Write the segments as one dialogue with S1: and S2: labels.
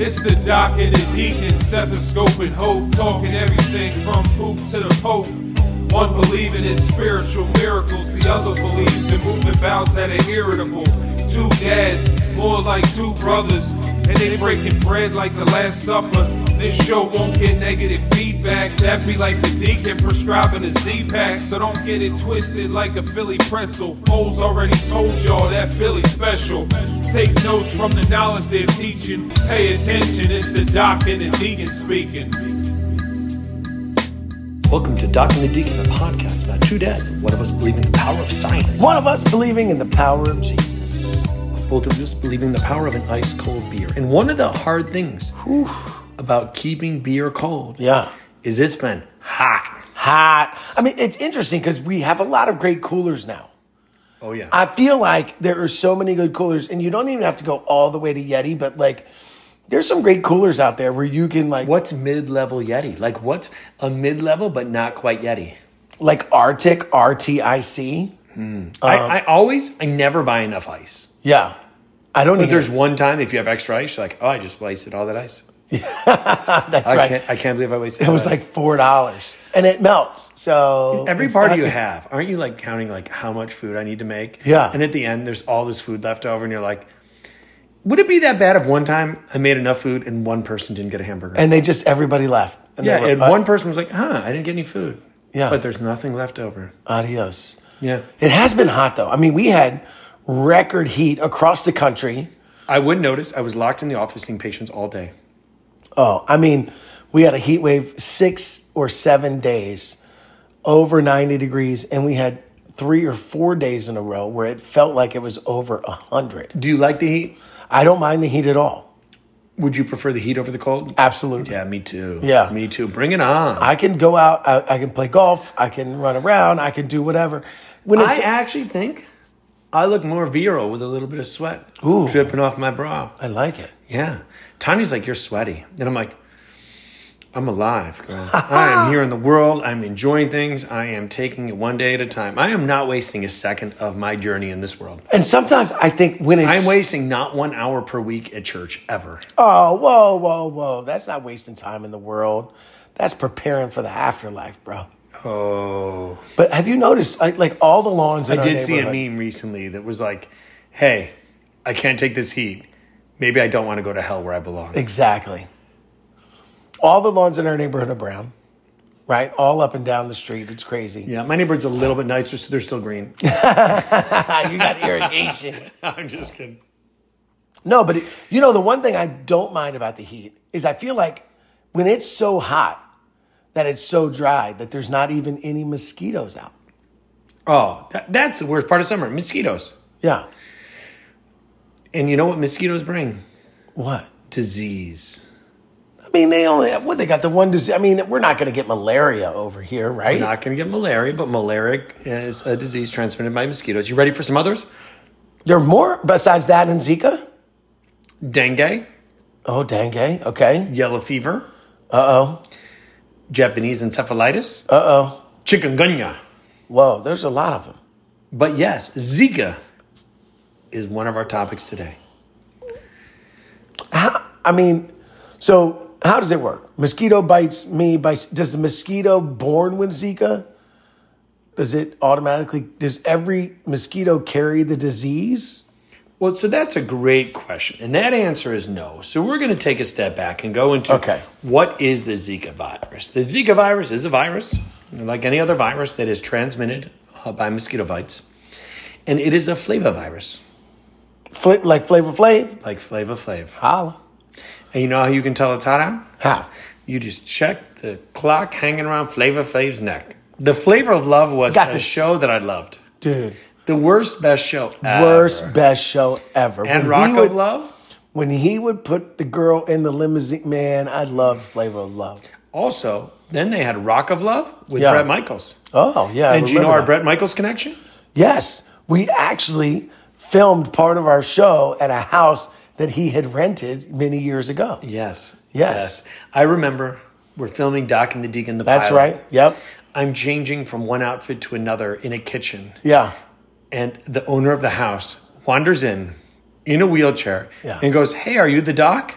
S1: It's the doc and the deacon, stethoscope and hope, talking everything from poop to the pope. One believing in spiritual miracles, the other believes in moving vows that are irritable. Two dads, more like two brothers, and they breaking bread like the Last Supper. This show won't get negative feedback. That be like the deacon prescribing a Z-pack, so don't get it twisted like a Philly pretzel. Foles already told y'all that Philly special. Take notes from the knowledge they're teaching. Pay attention, it's the doc and the deacon speaking.
S2: Welcome to Doc and the Deacon, a podcast about two dads, one of us believing in the power of science,
S3: One of us believing in the power of Jesus.
S2: both of us believing in the power of an ice cold beer. And one of the hard things about keeping beer cold
S3: Yeah.
S2: is it's been hot.
S3: Hot. I mean, it's interesting because we have a lot of great coolers now.
S2: Oh, yeah.
S3: I feel like there are so many good coolers, and you don't even have to go all the way to Yeti, but like, there's some great coolers out there where you can like,
S2: what's mid level Yeti? Like, what's a mid level but not quite Yeti?
S3: like Arctic R T I C. Uh-huh.
S2: I, I always, I never buy enough ice.
S3: Yeah, I don't.
S2: But
S3: Either.
S2: there's one time if you have extra ice, you're like, oh, I just wasted all that ice.
S3: That's
S2: I,
S3: right.
S2: can't, I can't believe I wasted
S3: It
S2: all
S3: was
S2: that
S3: like
S2: ice.
S3: four dollars, and it melts. So
S2: Every
S3: Oh, it's
S2: party
S3: not-
S2: you have, aren't you like counting like how much food I need to make?
S3: Yeah.
S2: And at the end, there's all this food left over, and you're like, would it be that bad if one time I made enough food and one person didn't get a hamburger?
S3: and they just everybody left. And
S2: yeah,
S3: they were,
S2: and
S3: "Uh,
S2: one person was like, huh, I didn't get any food.
S3: Yeah.
S2: But there's nothing left over.
S3: adios.
S2: Yeah.
S3: It has been hot though. I mean, we had record heat across the country.
S2: I would notice I was locked in the office seeing patients all day.
S3: Oh, I mean, we had a heat wave six or seven days over 90 degrees, and we had three or four days in a row where it felt like it was over 100.
S2: Do you like the heat?
S3: I don't mind the heat at all.
S2: Would you prefer the heat over the cold?
S3: Absolutely.
S2: Yeah, me too.
S3: Yeah.
S2: Me too. Bring it on.
S3: I can go out, I, I can play golf, I can run around, I can do whatever. When
S2: I
S3: it's,
S2: actually think I look more virile with a little bit of sweat
S3: Ooh.
S2: dripping off my brow.
S3: I like it.
S2: Yeah. Tanya's like, you're sweaty. And I'm like, I'm alive, girl. I am here in the world. I'm enjoying things. I am taking it one day at a time. I am not wasting a second of my journey in this world.
S3: And sometimes I think when it's.
S2: I'm wasting not one hour per week at church ever.
S3: Oh, whoa, whoa, whoa. That's not wasting time in the world. That's preparing for the afterlife, bro.
S2: Oh.
S3: But have you noticed, like, like all the lawns? In
S2: I
S3: our
S2: did see a
S3: neighborhood-
S2: meme recently that was like, hey, I can't take this heat. Maybe I don't want to go to hell where I belong.
S3: Exactly. All the lawns in our neighborhood are brown, right? All up and down the street. It's crazy.
S2: Yeah, my neighborhood's a little bit nicer, so they're still green.
S3: Ah, you got irrigation.
S2: I'm just kidding.
S3: No, but it, you know the one thing I don't mind about the heat is I feel like when it's so hot that it's so dry that there's not even any mosquitoes out.
S2: Oh, that, that's the worst part of summer mosquitoes.
S3: Yeah.
S2: And you know what mosquitoes bring?
S3: What?
S2: Disease.
S3: I mean, they only what they got the one disease. I mean, we're not going to get malaria over here, right?
S2: You're not going to get malaria, but malaria is a disease transmitted by mosquitoes. You ready for some others?
S3: There are more besides that and Zika.
S2: Dengue,
S3: Oh, dengue. Okay.
S2: yellow fever,
S3: Uh oh.
S2: Japanese encephalitis,
S3: Uh oh.
S2: chikungunya.
S3: Whoa, there's a lot of them.
S2: But yes, Zika is one of our topics today.
S3: I mean, so how does it work? Mosquito bites me. Bites. Does the mosquito born with Zika? Does it automatically? Does every mosquito carry the disease?
S2: Well, so that's a great question. And that answer is no. So we're going to take a step back and go into
S3: Okay.
S2: what is the Zika virus? The Zika virus is a virus, like any other virus, that is transmitted uh, by mosquito bites. And it is a flavovirus,
S3: Fl- like Flavor Flav?
S2: like Flava Flav.
S3: Holla.
S2: And you know how you can tell it's hot out?
S3: How?
S2: You just check the clock hanging around Flavor Flav's neck. The Flavor of Love was
S3: Got
S2: a
S3: this.
S2: show that I loved.
S3: Dude,
S2: The worst, best show ever.
S3: worst best show ever.
S2: And
S3: he
S2: Rocco
S3: would-
S2: Love?
S3: When he would put the girl in the limousine, man, I loved Flavor of Love.
S2: Also, then they had Rock of Love with
S3: Yeah.
S2: Brett Michaels.
S3: Oh yeah, I
S2: and do you know
S3: remember
S2: our
S3: that.
S2: Brett Michaels connection?
S3: Yes, we actually filmed part of our show at a house that he had rented many years ago.
S2: Yes.
S3: Yes.
S2: I remember we're filming Doc and the Deacon the
S3: That's
S2: pilot.
S3: right. Yep.
S2: I'm changing from one outfit to another in a kitchen.
S3: Yeah.
S2: And the owner of the house wanders in in a wheelchair
S3: Yeah.
S2: and goes, Hey, are you the doc?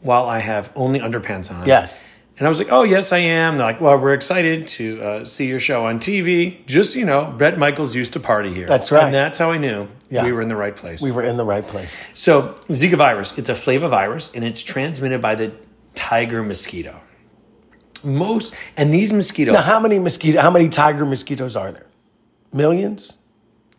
S2: while I have only underpants on.
S3: Yes.
S2: And I was like, oh, yes, I am. They're like, well, we're excited to uh, see your show on TV. Just, so you know, Brett Michaels used to party here.
S3: That's right.
S2: And that's how I knew
S3: Yeah.
S2: we were in the right place.
S3: We were in the right place.
S2: So Zika virus, it's a flavovirus, and it's transmitted by the tiger mosquito. Most and these mosquitoes,
S3: Now, how many mosquito? How many tiger mosquitoes are there? Millions?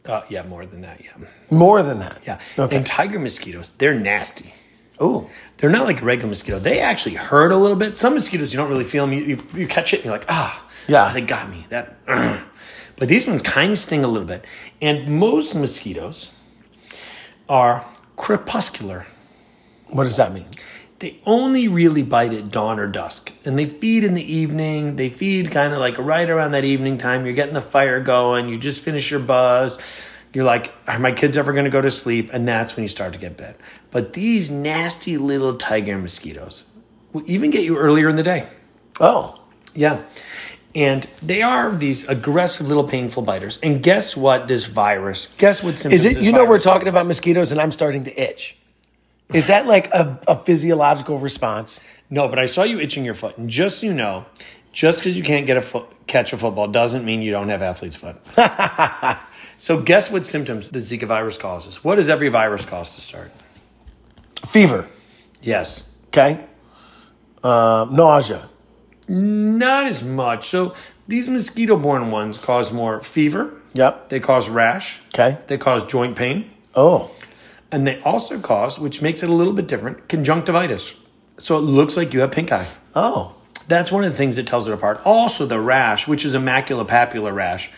S2: uh, yeah, more than that, yeah,
S3: More than that.
S2: yeah.
S3: Okay.
S2: And tiger mosquitoes, they're nasty.
S3: oh,
S2: They're not like regular mosquito. They actually hurt a little bit. Some mosquitoes you don't really feel them. You, you, you catch it and you're like, ah,
S3: Yeah.
S2: they got me. That, ugh. but these ones kind of sting a little bit. And most mosquitoes are crepuscular.
S3: what does that mean?
S2: they only really bite at dawn or dusk and they feed in the evening they feed kind of like right around that evening time you're getting the fire going you just finish your buzz you're like are my kids ever going to go to sleep and that's when you start to get bit but these nasty little tiger mosquitoes will even get you earlier in the day
S3: Oh,
S2: yeah. And they are these aggressive little painful biters. And guess what? This virus. Guess what symptoms?
S3: is it?
S2: this
S3: You know, we're
S2: virus
S3: talking
S2: causes.
S3: about mosquitoes, and I'm starting to itch. Is that like a, a physiological response?
S2: No, but I saw you itching your foot. And just so you know, just because you can't get a foot, catch a football doesn't mean you don't have athlete's foot. so guess what symptoms the Zika virus causes? What does every virus cause to start?
S3: Fever.
S2: Yes.
S3: Okay. Um, nausea.
S2: Not as much. So these mosquito-borne ones cause more fever.
S3: Yep.
S2: They cause rash.
S3: Okay.
S2: They cause joint pain.
S3: Oh,
S2: And they also cause, which makes it a little bit different, conjunctivitis. So it looks like you have pink eye.
S3: oh,
S2: That's one of the things that tells it apart. Also, the rash, which is a maculopapular rash,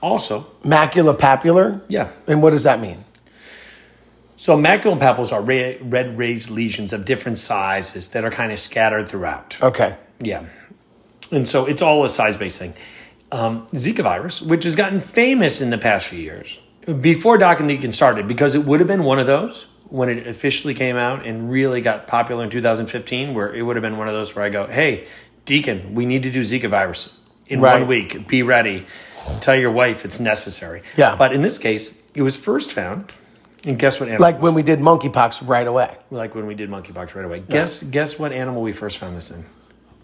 S2: also
S3: macula papular.
S2: Yeah.
S3: And what does that mean?
S2: So maculopapules are ra- red raised lesions of different sizes that are kind of scattered throughout.
S3: Okay.
S2: Yeah. And so it's all a size based thing. Um, Zika virus, which has gotten famous in the past few years, before Doc and Deacon started, because it would have been one of those when it officially came out and really got popular in 2015, where it would have been one of those where I go, hey, Deacon, we need to do Zika virus in
S3: Right.
S2: one week. Be ready. Tell your wife it's necessary.
S3: Yeah.
S2: But in this case, it was first found. And guess what? Animal?
S3: Like when we did monkeypox right away.
S2: like when we did monkeypox right away. Guess guess what animal we first found this in?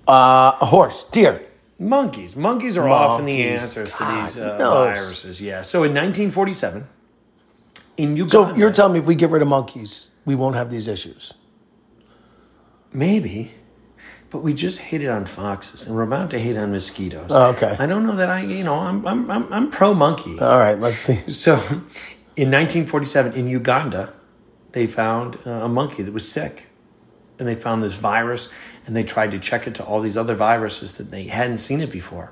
S3: Uh, a horse, deer.
S2: Monkeys. Monkeys are often the
S3: Monkeys.
S2: answers
S3: God
S2: to these uh,
S3: knows.
S2: viruses. Yeah. So in 1947, in
S3: So
S2: Uganda,
S3: you're telling me if we get rid of monkeys, we won't have these issues?
S2: maybe, but we just hated on foxes, and we're about to hate on mosquitoes.
S3: Oh, okay.
S2: I don't know that I, you know, I'm I'm I'm, I'm pro monkey.
S3: All right, let's see.
S2: so, in 1947, in Uganda, they found uh, a monkey that was sick. And they found this virus and they tried to check it to all these other viruses that they hadn't seen it before.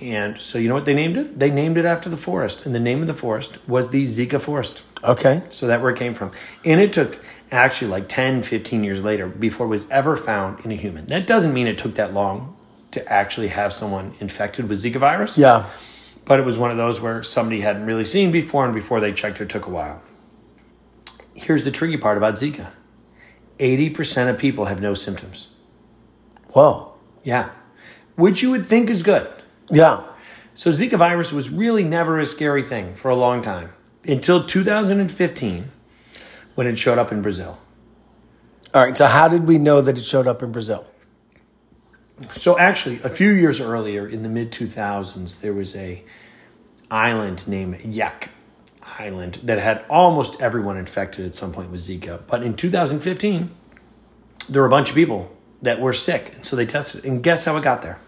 S2: And so, you know what they named it? They named it after the forest. And the name of the forest was the Zika forest.
S3: Okay.
S2: So that where it came from. And it took actually like 10, 15 years later before it was ever found in a human. That doesn't mean it took that long to actually have someone infected with Zika virus
S3: Yeah.
S2: but it was one of those where somebody hadn't really seen before, and before they checked, it took a while. Here's the tricky part about Zika 80% of people have no symptoms.
S3: Whoa.
S2: Yeah. Which you would think is good.
S3: Yeah.
S2: So, Zika virus was really never a scary thing for a long time until 2015 when it showed up in Brazil.
S3: All right. So how did we know that it showed up in Brazil?
S2: So actually, a few years earlier, in the mid two thousands, there was a island named Yak Island that had almost everyone infected at some point with Zika. But in two thousand fifteen, there were a bunch of people that were sick, and so they tested. it. And guess how it got there?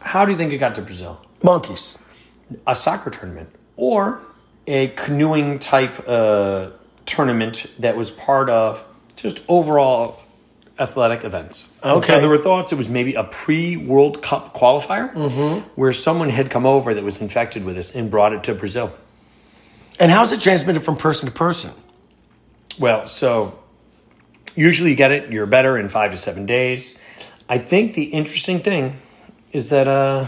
S2: How do you think it got to Brazil?
S3: Monkeys.
S2: A soccer tournament or a canoeing type uh, tournament that was part of just overall athletic events. And
S3: Okay.
S2: So there were thoughts it was maybe a pre World Cup qualifier where someone had come over that was infected with this and brought it to Brazil.
S3: And how's it transmitted from person to person?
S2: Well, so usually you get it, you're better in five to seven days. I think the interesting thing is that uh,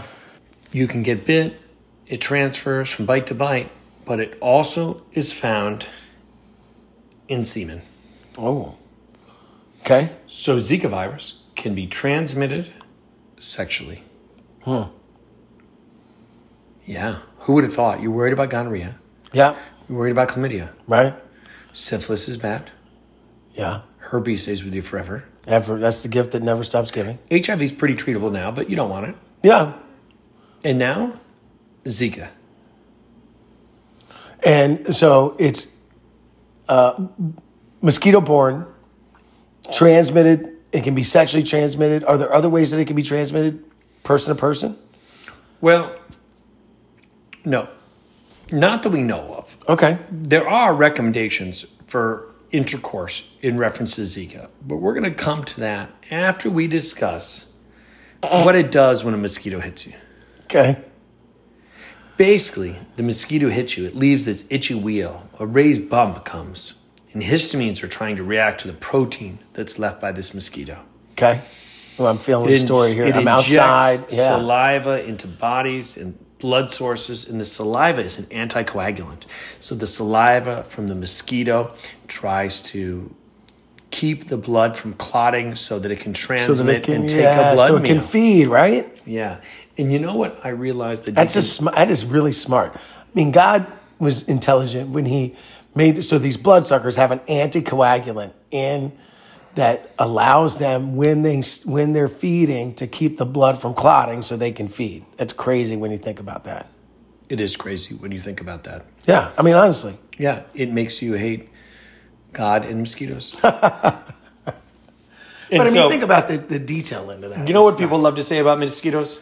S2: you can get bit, it transfers from bite to bite, but it also is found in semen.
S3: Oh. Okay.
S2: So Zika virus can be transmitted sexually.
S3: Huh.
S2: Yeah. Who would have thought? You're worried about gonorrhea,
S3: Yeah.
S2: you're worried about chlamydia.
S3: Right.
S2: Syphilis is bad,
S3: Yeah.
S2: herpes stays with you forever.
S3: Ever. That's the gift that never stops giving.
S2: HIV is pretty treatable now, but you don't want it.
S3: Yeah.
S2: And now, Zika.
S3: And so it's uh, mosquito borne, transmitted. It can be sexually transmitted. Are there other ways that it can be transmitted, person to person?
S2: Well, no, not that we know of.
S3: Okay.
S2: There are recommendations for intercourse in reference to Zika, but we're going to come to that after we discuss what it does when a mosquito hits you.
S3: Okay.
S2: Basically, the mosquito hits you, it leaves this itchy wheel, a raised bump comes, and histamines are trying to react to the protein that's left by this mosquito.
S3: Okay. Well, I'm feeling the
S2: in-
S3: story here.
S2: it
S3: I'm
S2: injects
S3: outside. Yeah.
S2: Saliva into bodies and blood sources, and the saliva is an anticoagulant. So the saliva from the mosquito tries to keep the blood from clotting so that it can transmit and take
S3: yeah,
S2: a blood
S3: so it
S2: meal.
S3: can feed, right?
S2: yeah. And you know what I realized that
S3: That's
S2: you
S3: a
S2: can-
S3: sm- that is really smart. I mean, God was intelligent when He made so these bloodsuckers have an anticoagulant in that allows them when they when they're feeding to keep the blood from clotting so they can feed. That's crazy when you think about that.
S2: it is crazy when you think about that.
S3: Yeah, I mean honestly,
S2: Yeah, it makes you hate God and mosquitoes.
S3: but I mean think about the, the detail into that.
S2: You know what people love to say about mosquitoes?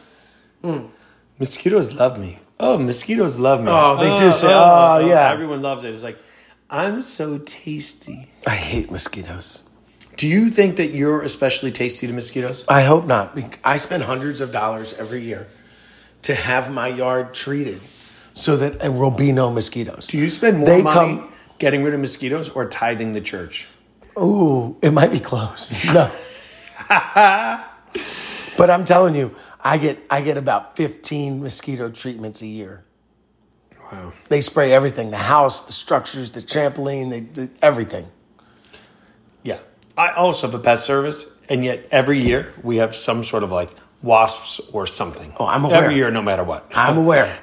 S2: Mosquitoes love me. Hmm. Oh, mosquitoes love me.
S3: Oh, they do say- oh, yeah.
S2: Everyone loves it. It's like, I'm so tasty.
S3: I hate mosquitoes.
S2: Do you think that you're especially tasty to mosquitoes?
S3: I hope not. I spend hundreds of dollars every year to have my yard treated so that there will be no mosquitoes.
S2: Do you spend more
S3: They
S2: money
S3: come-
S2: getting rid of mosquitoes or tithing the church?
S3: Ooh, it might be close. No. but I'm telling you, I get I get about 15 mosquito treatments a year.
S2: Wow.
S3: They spray everything, the house, the structures, the trampoline, they, the, everything.
S2: Yeah. I also have a pet service, and yet every year we have some sort of like wasps or something.
S3: Oh, I'm aware.
S2: Every year, no matter what.
S3: I'm aware.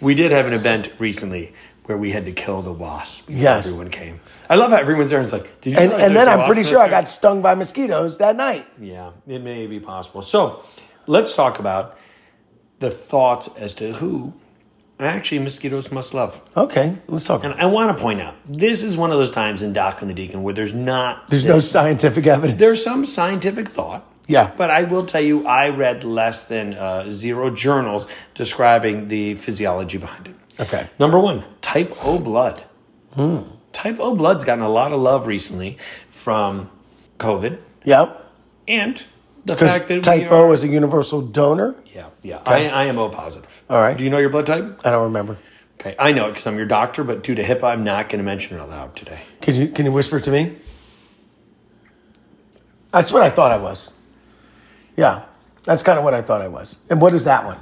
S2: We did have an event recently where we had to kill the wasp. before
S3: Yes.
S2: Everyone came. I love how everyone's there and it's like, did you
S3: And
S2: realize
S3: and
S2: there's
S3: then
S2: a
S3: I'm
S2: wasp in
S3: pretty sure I
S2: this
S3: got stung by mosquitoes that night.
S2: area? Yeah, it may be possible. So let's talk about the thoughts as to who actually mosquitoes must love.
S3: Okay, let's talk.
S2: And I want to point out, this is one of those times in Doc and the Deacon where there's not.
S3: There's no scientific evidence.
S2: There's some scientific thought.
S3: Yeah.
S2: But I will tell you, I read less than uh, zero journals describing the physiology behind it.
S3: okay.
S2: Number one, type O blood.
S3: Hmm.
S2: Type O blood's gotten a lot of love recently from COVID
S3: Yep.
S2: and the
S3: Because
S2: fact that we
S3: type
S2: are,
S3: O is a universal donor.
S2: yeah, yeah. I, I am O positive.
S3: All right.
S2: Do you know your blood type?
S3: I don't remember.
S2: Okay, I know it because I'm your doctor, but due to HIPAA, I'm not going to mention it aloud today.
S3: Can you can you whisper to me? That's what I thought I was. Yeah, that's kind of what I thought I was. And what is that one?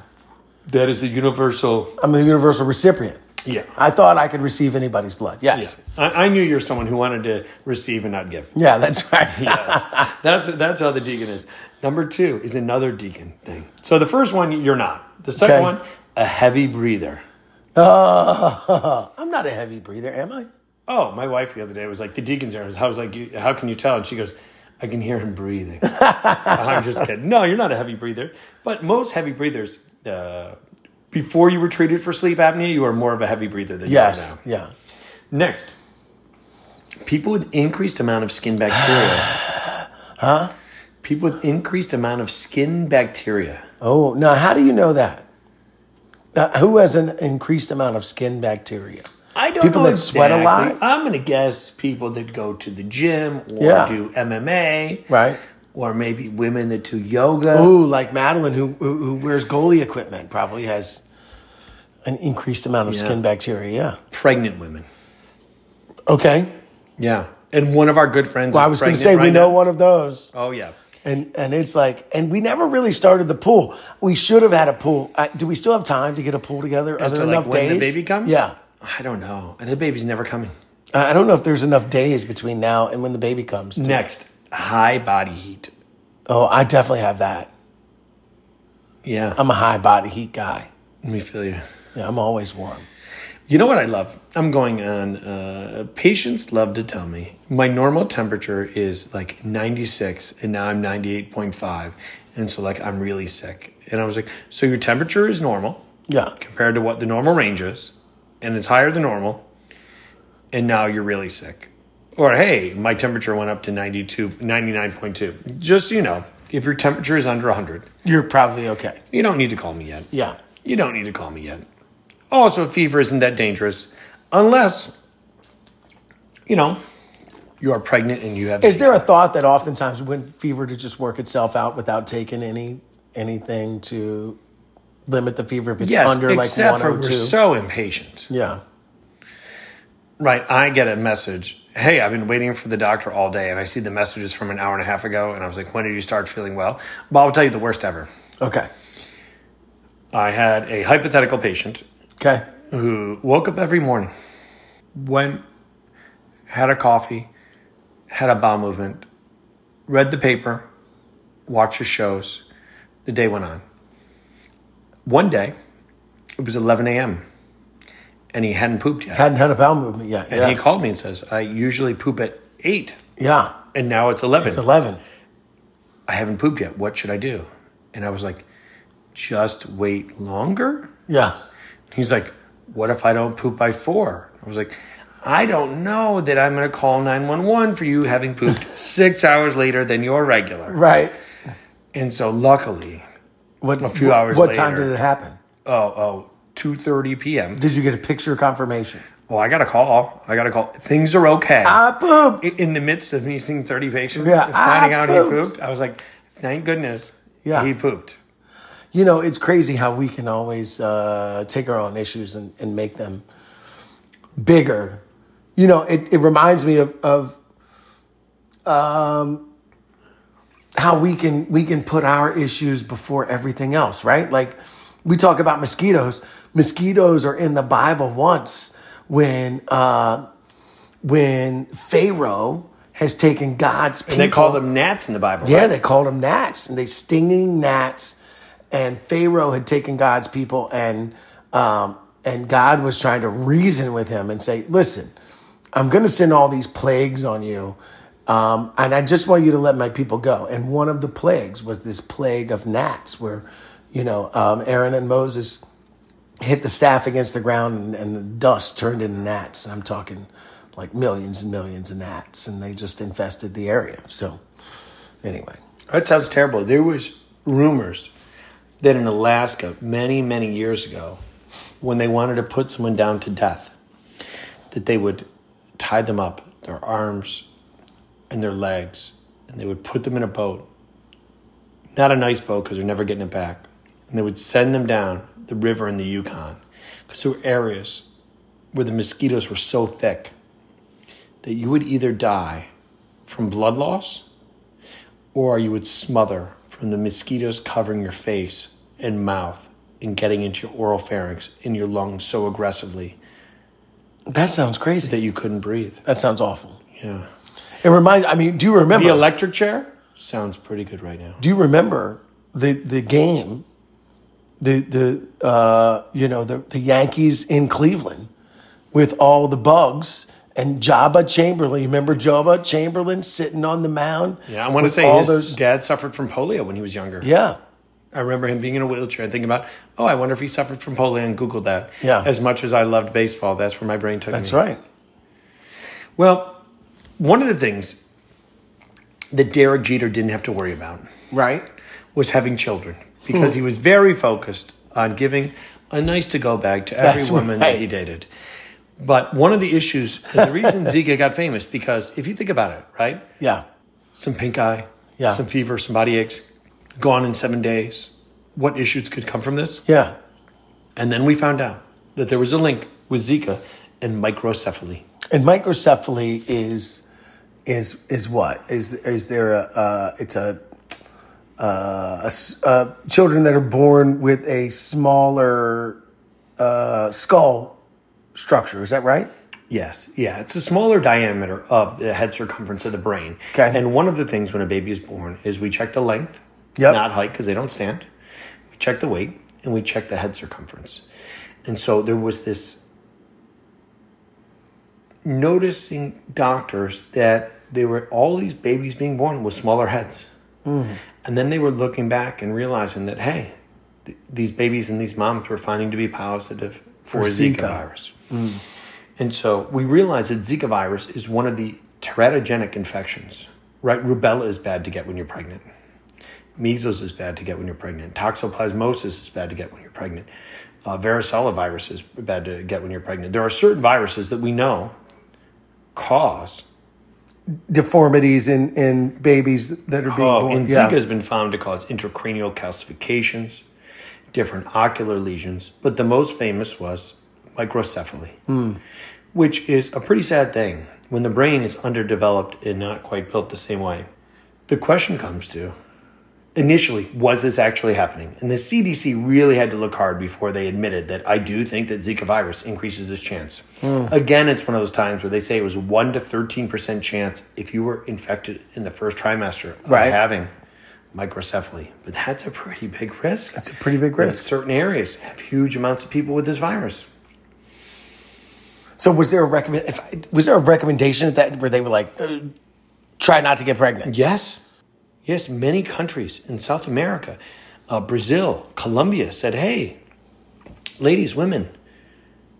S2: That is a universal.
S3: I'm a universal recipient.
S2: Yeah.
S3: I thought I could receive anybody's blood.
S2: Yeah.
S3: Yes.
S2: I, I knew you're someone who wanted to receive and not give.
S3: Yeah, that's right.
S2: Yes. that's that's how the deacon is. Number two is another deacon thing. So the first one you're not. The second
S3: Okay.
S2: one, a heavy breather.
S3: Uh, I'm not a heavy breather, am I?
S2: Oh, my wife the other day was like, the deacon's there. I was like, you, how can you tell? And she goes, I can hear him breathing. I'm just kidding. No, you're not a heavy breather. But most heavy breathers, uh, before you were treated for sleep apnea, you are more of a heavy breather than you
S3: Yes.
S2: are
S3: Yeah.
S2: now. Next, people with increased amount of skin bacteria. huh? People with increased amount of skin bacteria.
S3: Oh, now how do you know that? Uh, who has an increased amount of skin bacteria?
S2: I don't
S3: People
S2: know
S3: that sweat a
S2: exactly.
S3: lot?
S2: I'm going to guess people that go to the gym or
S3: Yeah.
S2: do MMA.
S3: Right.
S2: or maybe women that do yoga.
S3: Ooh, like Madeline, who, who who wears goalie equipment, probably has an increased amount of
S2: Yeah.
S3: skin bacteria. Yeah.
S2: Pregnant women.
S3: Okay.
S2: Yeah. And one of our good friends.
S3: Well,
S2: is
S3: I was going to
S2: pregnant
S3: say we
S2: right
S3: know
S2: now.
S3: one of those,
S2: Oh yeah.
S3: and and it's like, and we never really started the pool. We should have had a pool. I, do we still have time to get a pool together? Are
S2: As
S3: there
S2: to like
S3: enough
S2: when
S3: days?
S2: the baby comes.
S3: Yeah,
S2: I don't know. And the baby's never coming.
S3: I I don't know if there's enough days between now and when the baby comes.
S2: Next, high body heat.
S3: Oh, I definitely have that.
S2: Yeah.
S3: Um, I'm a high body heat guy.
S2: Let me feel you.
S3: Yeah, I'm always warm.
S2: You know what I love? I'm going on. Uh, patients love to tell me my normal temperature is like 96, and now I'm 98.5, and so like I'm really sick. And I was like, so your temperature is normal
S3: Yeah.
S2: compared to what the normal range is, and it's higher than normal, and now you're really sick. Or hey, my temperature went up to 92, 99.2. Just so you know, if your temperature is under 100,
S3: You're probably okay.
S2: you don't need to call me yet.
S3: Yeah.
S2: You don't need to call me yet. Also, fever isn't that dangerous unless, you know, you are pregnant and you have.
S3: Is there a thought that oftentimes when fever to just work itself out without taking any anything to limit the fever if it's
S2: yes,
S3: under like
S2: except
S3: one
S2: for
S3: or
S2: we're
S3: two?
S2: so impatient.
S3: yeah.
S2: Right, I get a message. Hey, I've been waiting for the doctor all day, and I see the messages from an hour and a half ago, and I was like, "When did you start feeling well?" Well, I'll tell you the worst ever.
S3: Okay.
S2: I had a hypothetical patient
S3: Okay.
S2: who woke up every morning, went, had a coffee, had a bowel movement, read the paper, watched his shows. The day went on. One day, it was 11 a.m., and he hadn't pooped yet.
S3: Hadn't had a bowel movement yet.
S2: And
S3: yeah.
S2: he called me and says, I usually poop at 8,
S3: yeah.
S2: and now it's 11.
S3: It's eleven.
S2: I haven't pooped yet. What should I do? And I was like, just wait longer?
S3: Yeah.
S2: He's like, What if I don't poop by four? I was like, I don't know that I'm going to call 911 for you having pooped six hours later than your regular.
S3: Right.
S2: And so, luckily,
S3: What a
S2: few hours
S3: What time
S2: later.
S3: did it happen?
S2: oh, oh, 2.30 p.m.
S3: Did you get a picture confirmation?
S2: Well, I got a call. I got a call. Things are okay.
S3: I pooped.
S2: In the midst of me seeing 30 patients
S3: Yeah,
S2: and finding
S3: I
S2: out
S3: pooped.
S2: he pooped, I was like, thank goodness
S3: Yeah.
S2: he pooped.
S3: You know, it's crazy how we can always uh, take our own issues and, and make them bigger. You know, it, it reminds me of, of um, how we can we can put our issues before everything else, right? Like we talk about mosquitoes. Mosquitoes are in the Bible once when uh, when Pharaoh has taken God's people.
S2: And they call them gnats in the Bible.
S3: Yeah,
S2: right?
S3: they called them gnats, and they stinging gnats. And Pharaoh had taken God's people, and um, and God was trying to reason with him and say, "Listen, I'm going to send all these plagues on you, um, and I just want you to let my people go." And one of the plagues was this plague of gnats, where you know um, Aaron and Moses hit the staff against the ground and, and the dust turned into gnats. And I'm talking like millions and millions of gnats, and they just infested the area. So, anyway.
S2: That sounds terrible. There was rumors that in Alaska many, many years ago, when they wanted to put someone down to death, that they would tie them up, their arms and their legs, and they would put them in a boat. Not a nice boat because they're never getting it back. And they would send them down the river in the Yukon because there were areas where the mosquitoes were so thick that you would either die from blood loss or you would smother from the mosquitoes covering your face and mouth and getting into your oral pharynx in your lungs so aggressively
S3: That sounds crazy.
S2: that you couldn't breathe.
S3: That sounds awful.
S2: Yeah.
S3: It reminds. I mean, do you
S2: The
S3: remember?
S2: electric chair sounds pretty good right now.
S3: do you remember the the game, the the uh, you know the the Yankees in Cleveland, with all the bugs and Jabba Chamberlain. You remember Jabba Chamberlain sitting on the mound?
S2: Yeah, I want to
S3: with
S2: say
S3: all
S2: his
S3: those.
S2: dad suffered from polio when he was younger.
S3: Yeah,
S2: I remember him being in a wheelchair and thinking about, oh, I wonder if he suffered from polio and Googled that.
S3: Yeah.
S2: As much as I loved baseball, that's where my brain took me.
S3: that's right.
S2: Well, one of the things that Derek Jeter didn't have to worry about
S3: Right.
S2: was having children
S3: Hmm.
S2: because he was very focused on giving a nice to go bag to every
S3: That's
S2: woman that he
S3: right.
S2: dated. But one of the issues, the reason Zika got famous, because if you think about it, right?
S3: Yeah.
S2: Some pink eye,
S3: Yeah.
S2: some fever, some body aches, gone in seven days. What issues could come from this?
S3: Yeah.
S2: And then we found out that there was a link with Zika and microcephaly.
S3: And microcephaly is is is what is is there a uh, it's a, uh, a s- uh, children that are born with a smaller uh, skull structure? Is that right?
S2: Yes, yeah, it's a smaller diameter of the head circumference of the brain.
S3: Okay.
S2: And one of the things when a baby is born is we check the length,
S3: Yep.
S2: not height, because they don't stand. We check the weight and we check the head circumference. And so there was this noticing doctors that there were all these babies being born with smaller heads. And then they were looking back and realizing that, hey, th- these babies and these moms were finding to be positive for,
S3: For
S2: Zika.
S3: Zika.
S2: virus. And so we realized that Zika virus is one of the teratogenic infections, right? Rubella is bad to get when you're pregnant. Measles is bad to get when you're pregnant. Toxoplasmosis is bad to get when you're pregnant. Uh, varicella virus is bad to get when you're pregnant. There are certain viruses that we know cause.
S3: Deformities in, in babies that are being
S2: Oh,
S3: born.
S2: and
S3: Yeah.
S2: Zika has been found to cause intracranial calcifications, different ocular lesions, but the most famous was microcephaly,
S3: Hmm.
S2: which is a pretty sad thing when the brain is underdeveloped and not quite built the same way. The question comes to initially, was this actually happening? And the CDC really had to look hard before they admitted that I do think that Zika virus increases this chance.
S3: Hmm.
S2: Again, it's one of those times where they say it was 1 to 13% chance if you were infected in the first trimester of
S3: Right.
S2: having microcephaly. But that's a pretty big risk.
S3: That's a pretty big
S2: And
S3: risk.
S2: certain areas have huge amounts of people with this virus.
S3: So was there a recommend? If I, was there a recommendation at that where they were like, uh, try not to get pregnant?
S2: Yes. Yes, many countries in South America, uh, Brazil, Colombia said, hey, ladies, women,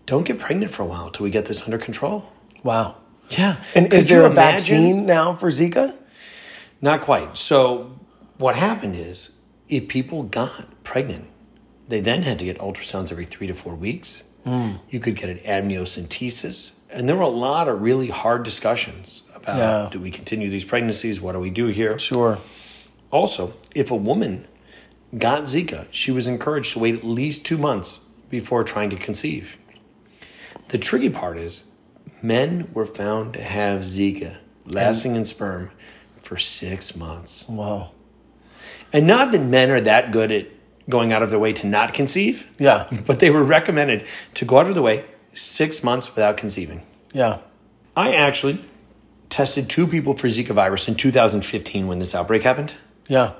S2: don't get pregnant for a while till we get this under control.
S3: Wow.
S2: Yeah.
S3: And is
S2: Could you
S3: there a
S2: imagine?
S3: vaccine now for Zika?
S2: Not quite. So, what happened is if people got pregnant, they then had to get ultrasounds every three to four weeks.
S3: Hmm.
S2: You could get an amniocentesis. And there were a lot of really hard discussions about
S3: Yeah.
S2: do we continue these pregnancies? What do we do here?
S3: Sure.
S2: Also, if a woman got Zika, she was encouraged to wait at least two months before trying to conceive. The tricky part is men were found to have Zika, lasting in sperm, for six months.
S3: Wow.
S2: And not that men are that good at going out of their way to not conceive,
S3: Yeah.
S2: but they were recommended to go out of the way six months without conceiving.
S3: Yeah.
S2: I actually tested two people for Zika virus in 2015 when this outbreak happened.
S3: Yeah.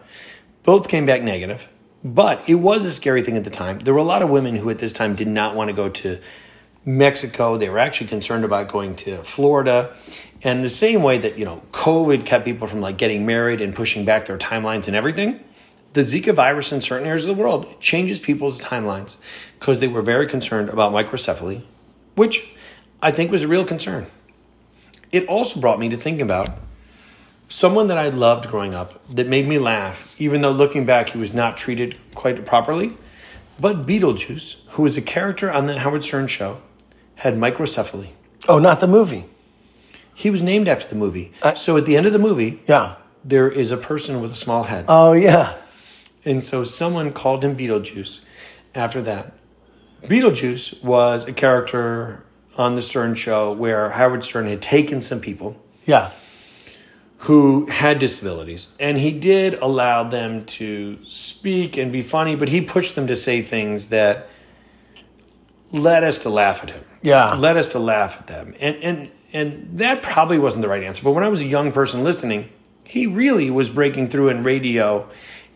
S2: Both came back negative, but it was a scary thing at the time. There were a lot of women who at this time did not want to go to Mexico. They were actually concerned about going to Florida. And the same way that, you know, COVID kept people from like getting married and pushing back their timelines and everything, the Zika virus in certain areas of the world changes people's timelines because they were very concerned about microcephaly, which I think was a real concern. It also brought me to think about someone that I loved growing up that made me laugh, even though looking back, he was not treated quite properly. But Beetlejuice, who was a character on the Howard Stern show, had microcephaly.
S3: Oh, not the movie.
S2: He was named after the movie.
S3: I-
S2: so at the end of the movie,
S3: Yeah.
S2: there is a person with a small head.
S3: Oh, yeah.
S2: And so someone called him Beetlejuice after that. Beetlejuice was a character on the Stern show where Howard Stern had taken some people
S3: Yeah.
S2: who had disabilities and he did allow them to speak and be funny but he pushed them to say things that led us to laugh at him
S3: Yeah.
S2: led us to laugh at them and and and that probably wasn't the right answer but when i was a young person listening he really was breaking through in radio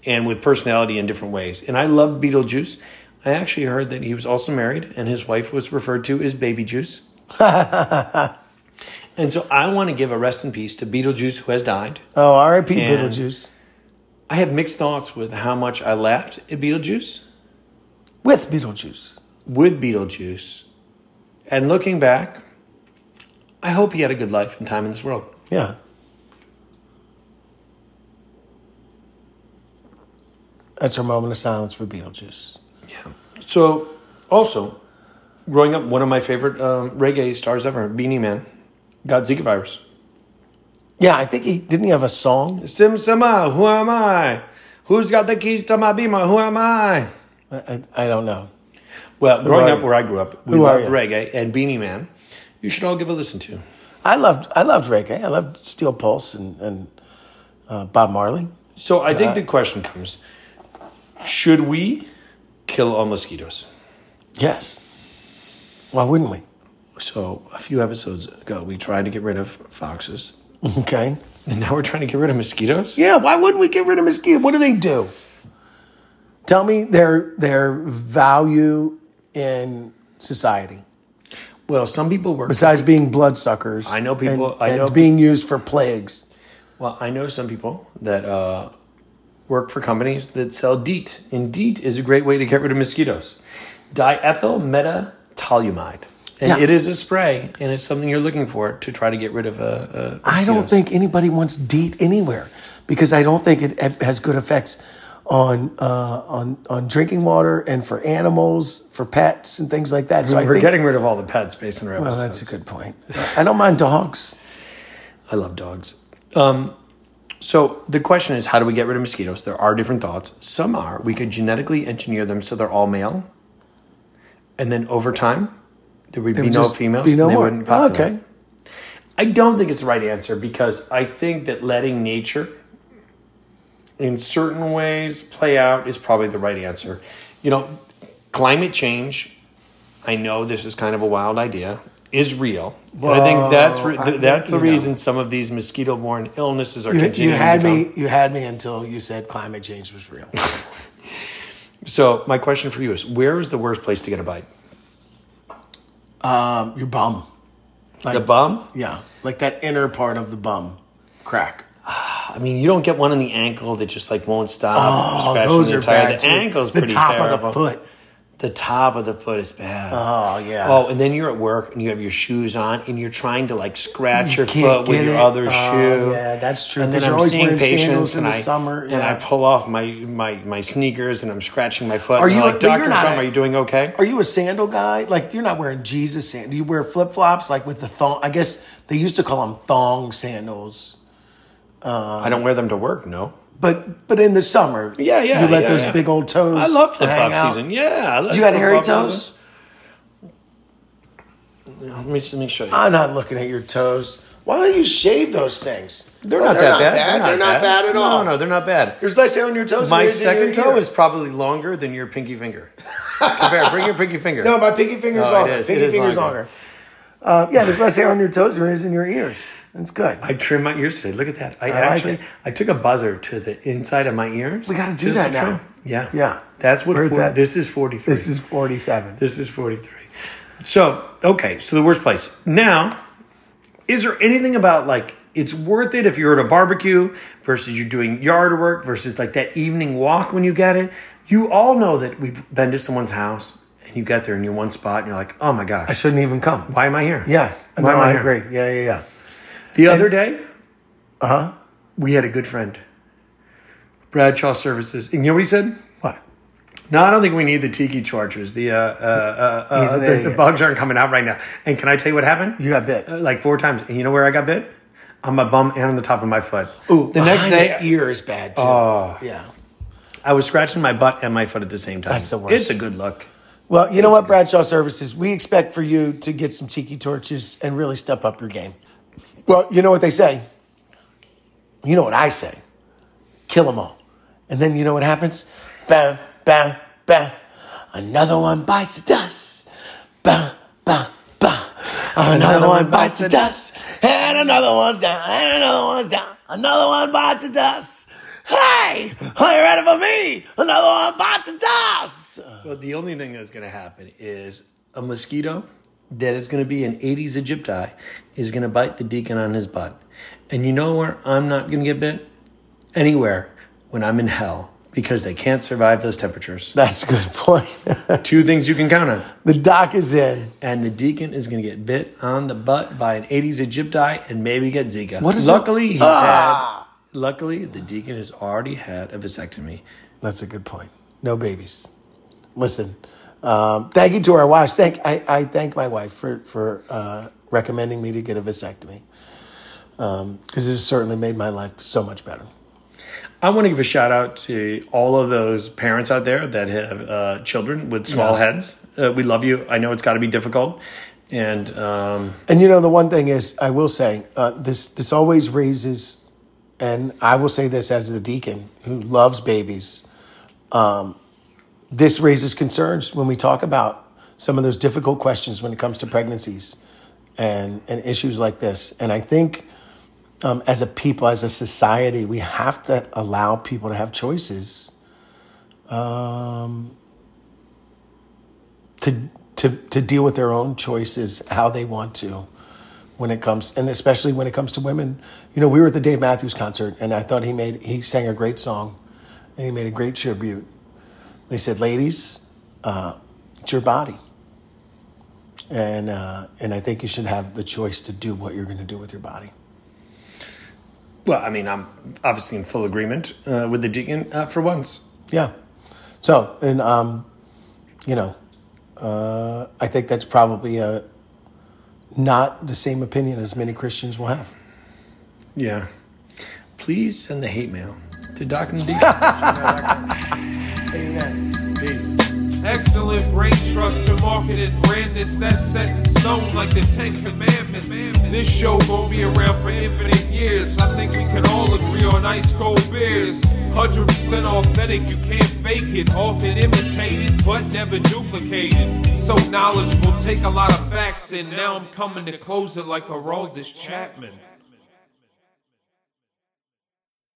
S2: and with personality in different ways and i loved beetlejuice i actually heard that he was also married and his wife was referred to as baby juice and so i want to give a rest in peace to beetlejuice who has died
S3: Oh, R.I.P.
S2: And-
S3: Beetlejuice.
S2: I have mixed thoughts with how much I laughed at Beetlejuice,
S3: With Beetlejuice.
S2: with Beetlejuice, and looking back, I hope he had a good life and time in this world.
S3: Yeah. That's our moment of silence for Beetlejuice.
S2: Yeah. So, also, growing up, one of my favorite um, reggae stars ever, Beanie Man, got Zika virus.
S3: Yeah, I think he didn't he have a song.
S2: Sim Sima, who am I? Who's got the keys to my beamer? Who am I?
S3: I, I, I don't know.
S2: Well, growing
S3: are
S2: up
S3: you?
S2: where I grew up, we
S3: Who are
S2: loved
S3: you?
S2: reggae and Beanie Man. You should all give a listen to.
S3: I loved I loved reggae. I loved Steel Pulse and and uh, Bob Marley.
S2: So I think the question comes: Should we kill all mosquitoes?
S3: Yes. Why wouldn't we?
S2: So a few episodes ago, we tried to get rid of foxes,
S3: Okay.
S2: and now we're trying to get rid of mosquitoes.
S3: Yeah. Why wouldn't we get rid of mosquitoes? What do they do? Tell me their their value in society.
S2: Well, some people work.
S3: Besides being bloodsuckers,
S2: I know people-
S3: and,
S2: I know
S3: and being used for plagues.
S2: Well, I know some people that uh, work for companies that sell DEET, and DEET is a great way to get rid of mosquitoes. Diethyl metatolumide, and
S3: Yeah.
S2: it is a spray, and it's something you're looking for to try to get rid of a. Uh, uh,
S3: I don't
S2: mosquitoes.
S3: think anybody wants DEET anywhere because I don't think it ha- has good effects on uh, on on drinking water and for animals, for pets and things like that. So I
S2: we're
S3: think
S2: getting rid of all the pets based on our
S3: well,
S2: episodes.
S3: that's a good point. I don't mind dogs.
S2: I love dogs. Um, so the question is, how do we get rid of mosquitoes? There are different thoughts. Some are we could genetically engineer them so they're all male, and then over time there would be
S3: would
S2: no
S3: just
S2: females.
S3: Be no
S2: and they
S3: more.
S2: wouldn't populate.
S3: okay.
S2: I don't think it's the right answer because I think that letting nature in certain ways play out is probably the right answer. You know, climate change, I know this is kind of a wild idea, is real. But I think that's re-
S3: Well,
S2: th-
S3: I-
S2: that's the
S3: you know.
S2: reason some of these mosquito-borne illnesses are
S3: You, you
S2: continuing.
S3: had
S2: to come.
S3: me. You had me until you said climate change was real.
S2: So my question for you is: Where is the worst place to get a bite?
S3: Um, your bum.
S2: The bum?
S3: Yeah, like that inner part of the bum crack.
S2: I mean, you don't get one in the ankle that just like won't stop.
S3: Oh,
S2: scratching
S3: those
S2: the
S3: are
S2: entire-
S3: bad.
S2: The
S3: too.
S2: ankle's
S3: the
S2: pretty
S3: top
S2: terrible.
S3: of the foot.
S2: The top of the foot is bad.
S3: Oh yeah.
S2: Oh, and then you're at work and you have your shoes on and you're trying to like scratch your
S3: Can't
S2: foot with
S3: get
S2: your
S3: it.
S2: other
S3: Oh,
S2: shoe.
S3: Yeah, that's true.
S2: And then
S3: Because you're
S2: I'm
S3: always
S2: seeing
S3: wearing
S2: patients
S3: sandals in
S2: and
S3: the
S2: I,
S3: summer.
S2: and
S3: yeah.
S2: I pull off my, my, my sneakers and I'm scratching my foot.
S3: Are
S2: and
S3: you-
S2: I'm like,
S3: but you're
S2: Dr.
S3: not
S2: Crumb,
S3: a-
S2: are you doing okay?
S3: Are you a sandal guy? Like you're not wearing Jesus sandals. You wear flip flops, like with the thong. I guess they used to call them thong sandals. Uh,
S2: I don't wear them to work, no.
S3: But but in the summer,
S2: Yeah, yeah,
S3: you let
S2: yeah,
S3: those
S2: yeah.
S3: big old toes.
S2: I love flip
S3: hang
S2: flop
S3: out.
S2: season. Yeah. I love
S3: You had hairy
S2: flip-flop
S3: toes?
S2: season. Yeah, Let me just make sure.
S3: I'm not looking at your toes. Why don't you shave those things?
S2: they're
S3: Well,
S2: not that bad.
S3: oh, They're not bad, at all.
S2: No, no, they're not bad.
S3: There's less hair on your toes. than
S2: My
S3: there is in your
S2: second toe
S3: ear.
S2: is probably longer than your pinky finger. Compare. Bring your pinky finger.
S3: no. My pinky finger's
S2: No, Oh, it
S3: longer.
S2: is. It
S3: Pinky
S2: is
S3: finger's
S2: longer.
S3: longer. Uh, yeah, there's less hair on your toes than there is in your ears. That's good.
S2: I trimmed my ears today. Look at that. I,
S3: like
S2: actually
S3: it.
S2: I took a buzzer to the inside of my ears.
S3: We gotta do
S2: just
S3: that
S2: to
S3: now.
S2: trim. Yeah.
S3: Yeah.
S2: That's what
S3: We're at
S2: for,
S3: that-
S2: this is 43.
S3: This is 47.
S2: this is 43. So, okay, so the worst place. Now, is there anything about like it's worth it if you're at a barbecue versus you're doing yard work versus like that evening walk when you get it? You all know that we've been to someone's house and you get there and you're in one spot and you're like, oh my
S3: I
S2: gosh,
S3: shouldn't even come.
S2: why am I here?
S3: Yes. No,
S2: Why am I,
S3: I
S2: here?
S3: agree. Yeah, yeah, yeah.
S2: The other day, uh huh, we had a good friend, Bradshaw Services. And you know what he said?
S3: What?
S2: No, I don't think we need the tiki chargers. The uh, uh, uh,
S3: He's
S2: uh,
S3: an
S2: the, the
S3: idiot.
S2: bugs aren't coming out right now. And can I tell you what happened?
S3: You got bit.
S2: Uh, like four times. And you know where I got bit? On my bum and on the top of my foot.
S3: Ooh,
S2: the next
S3: behind
S2: day,
S3: the ear is bad too. Oh, yeah.
S2: I was scratching my butt and my foot at the same time.
S3: That's the worst.
S2: It's a good look.
S3: Well, you know what, Bradshaw Services, we expect for you to get some tiki torches and really step up your game. Well, you know what they say. You know what I say. Kill them all, and then you know what happens. Bam, bam, bam. Another one bites the dust. Bam, bam, bam. Another one bites the dust, and another one's down, and another one's down. Another one bites the dust. Hey, are you ready for me? Another one bites the dust.
S2: Well, the only thing that's going to happen is a mosquito that is going to be an 80s Egypti is going to bite the deacon on his butt. And you know where I'm not going to get bit? Anywhere when I'm in hell because they can't survive those temperatures.
S3: That's a good point.
S2: Two things you can count on.
S3: the doc is in.
S2: And the deacon is going to get bit on the butt by an 80s Egypti and maybe get Zika.
S3: What is
S2: luckily,
S3: it?
S2: he's
S3: Ah!
S2: had. Luckily, the deacon has already had a vasectomy.
S3: That's a good point. No babies. Listen, um, thank you to our wives. Thank I, I thank my wife for for uh, recommending me to get a vasectomy because it has certainly made my life so much better.
S2: I want to give a shout out to all of those parents out there that have uh, children with small heads. Uh, we love you. I know it's got to be difficult, and um,
S3: And you know, the one thing is, I will say uh, this: this always raises, and I will say this as the deacon who loves babies. Um, this raises concerns when we talk about some of those difficult questions when it comes to pregnancies and and issues like this. And I think, um, as a people, as a society, we have to allow people to have choices. Um, to to to deal with their own choices how they want to when it comes and especially when it comes to women you know we were at the dave matthews concert and i thought he made he sang a great song and he made a great tribute and he said ladies uh, it's your body and uh, and i think you should have the choice to do what you're going to do with your body
S2: Well, I mean, I'm obviously in full agreement uh, with the deacon uh, for once.
S3: Yeah. So, and um, you know, uh, I think that's probably uh not the same opinion as many Christians will have.
S2: Yeah. Please send the hate mail to Doc and the
S3: Amen.
S2: Deacon. Peace.
S1: Excellent brain trust to market and brandness that's set in stone like the Ten Commandments. This show gon' be around for infinite years. I think we can all agree on ice cold beers. 100% authentic, you can't fake it. Often imitated, but never duplicated. So knowledge will take a lot of facts, and now I'm coming to close it like Araldus Chapman.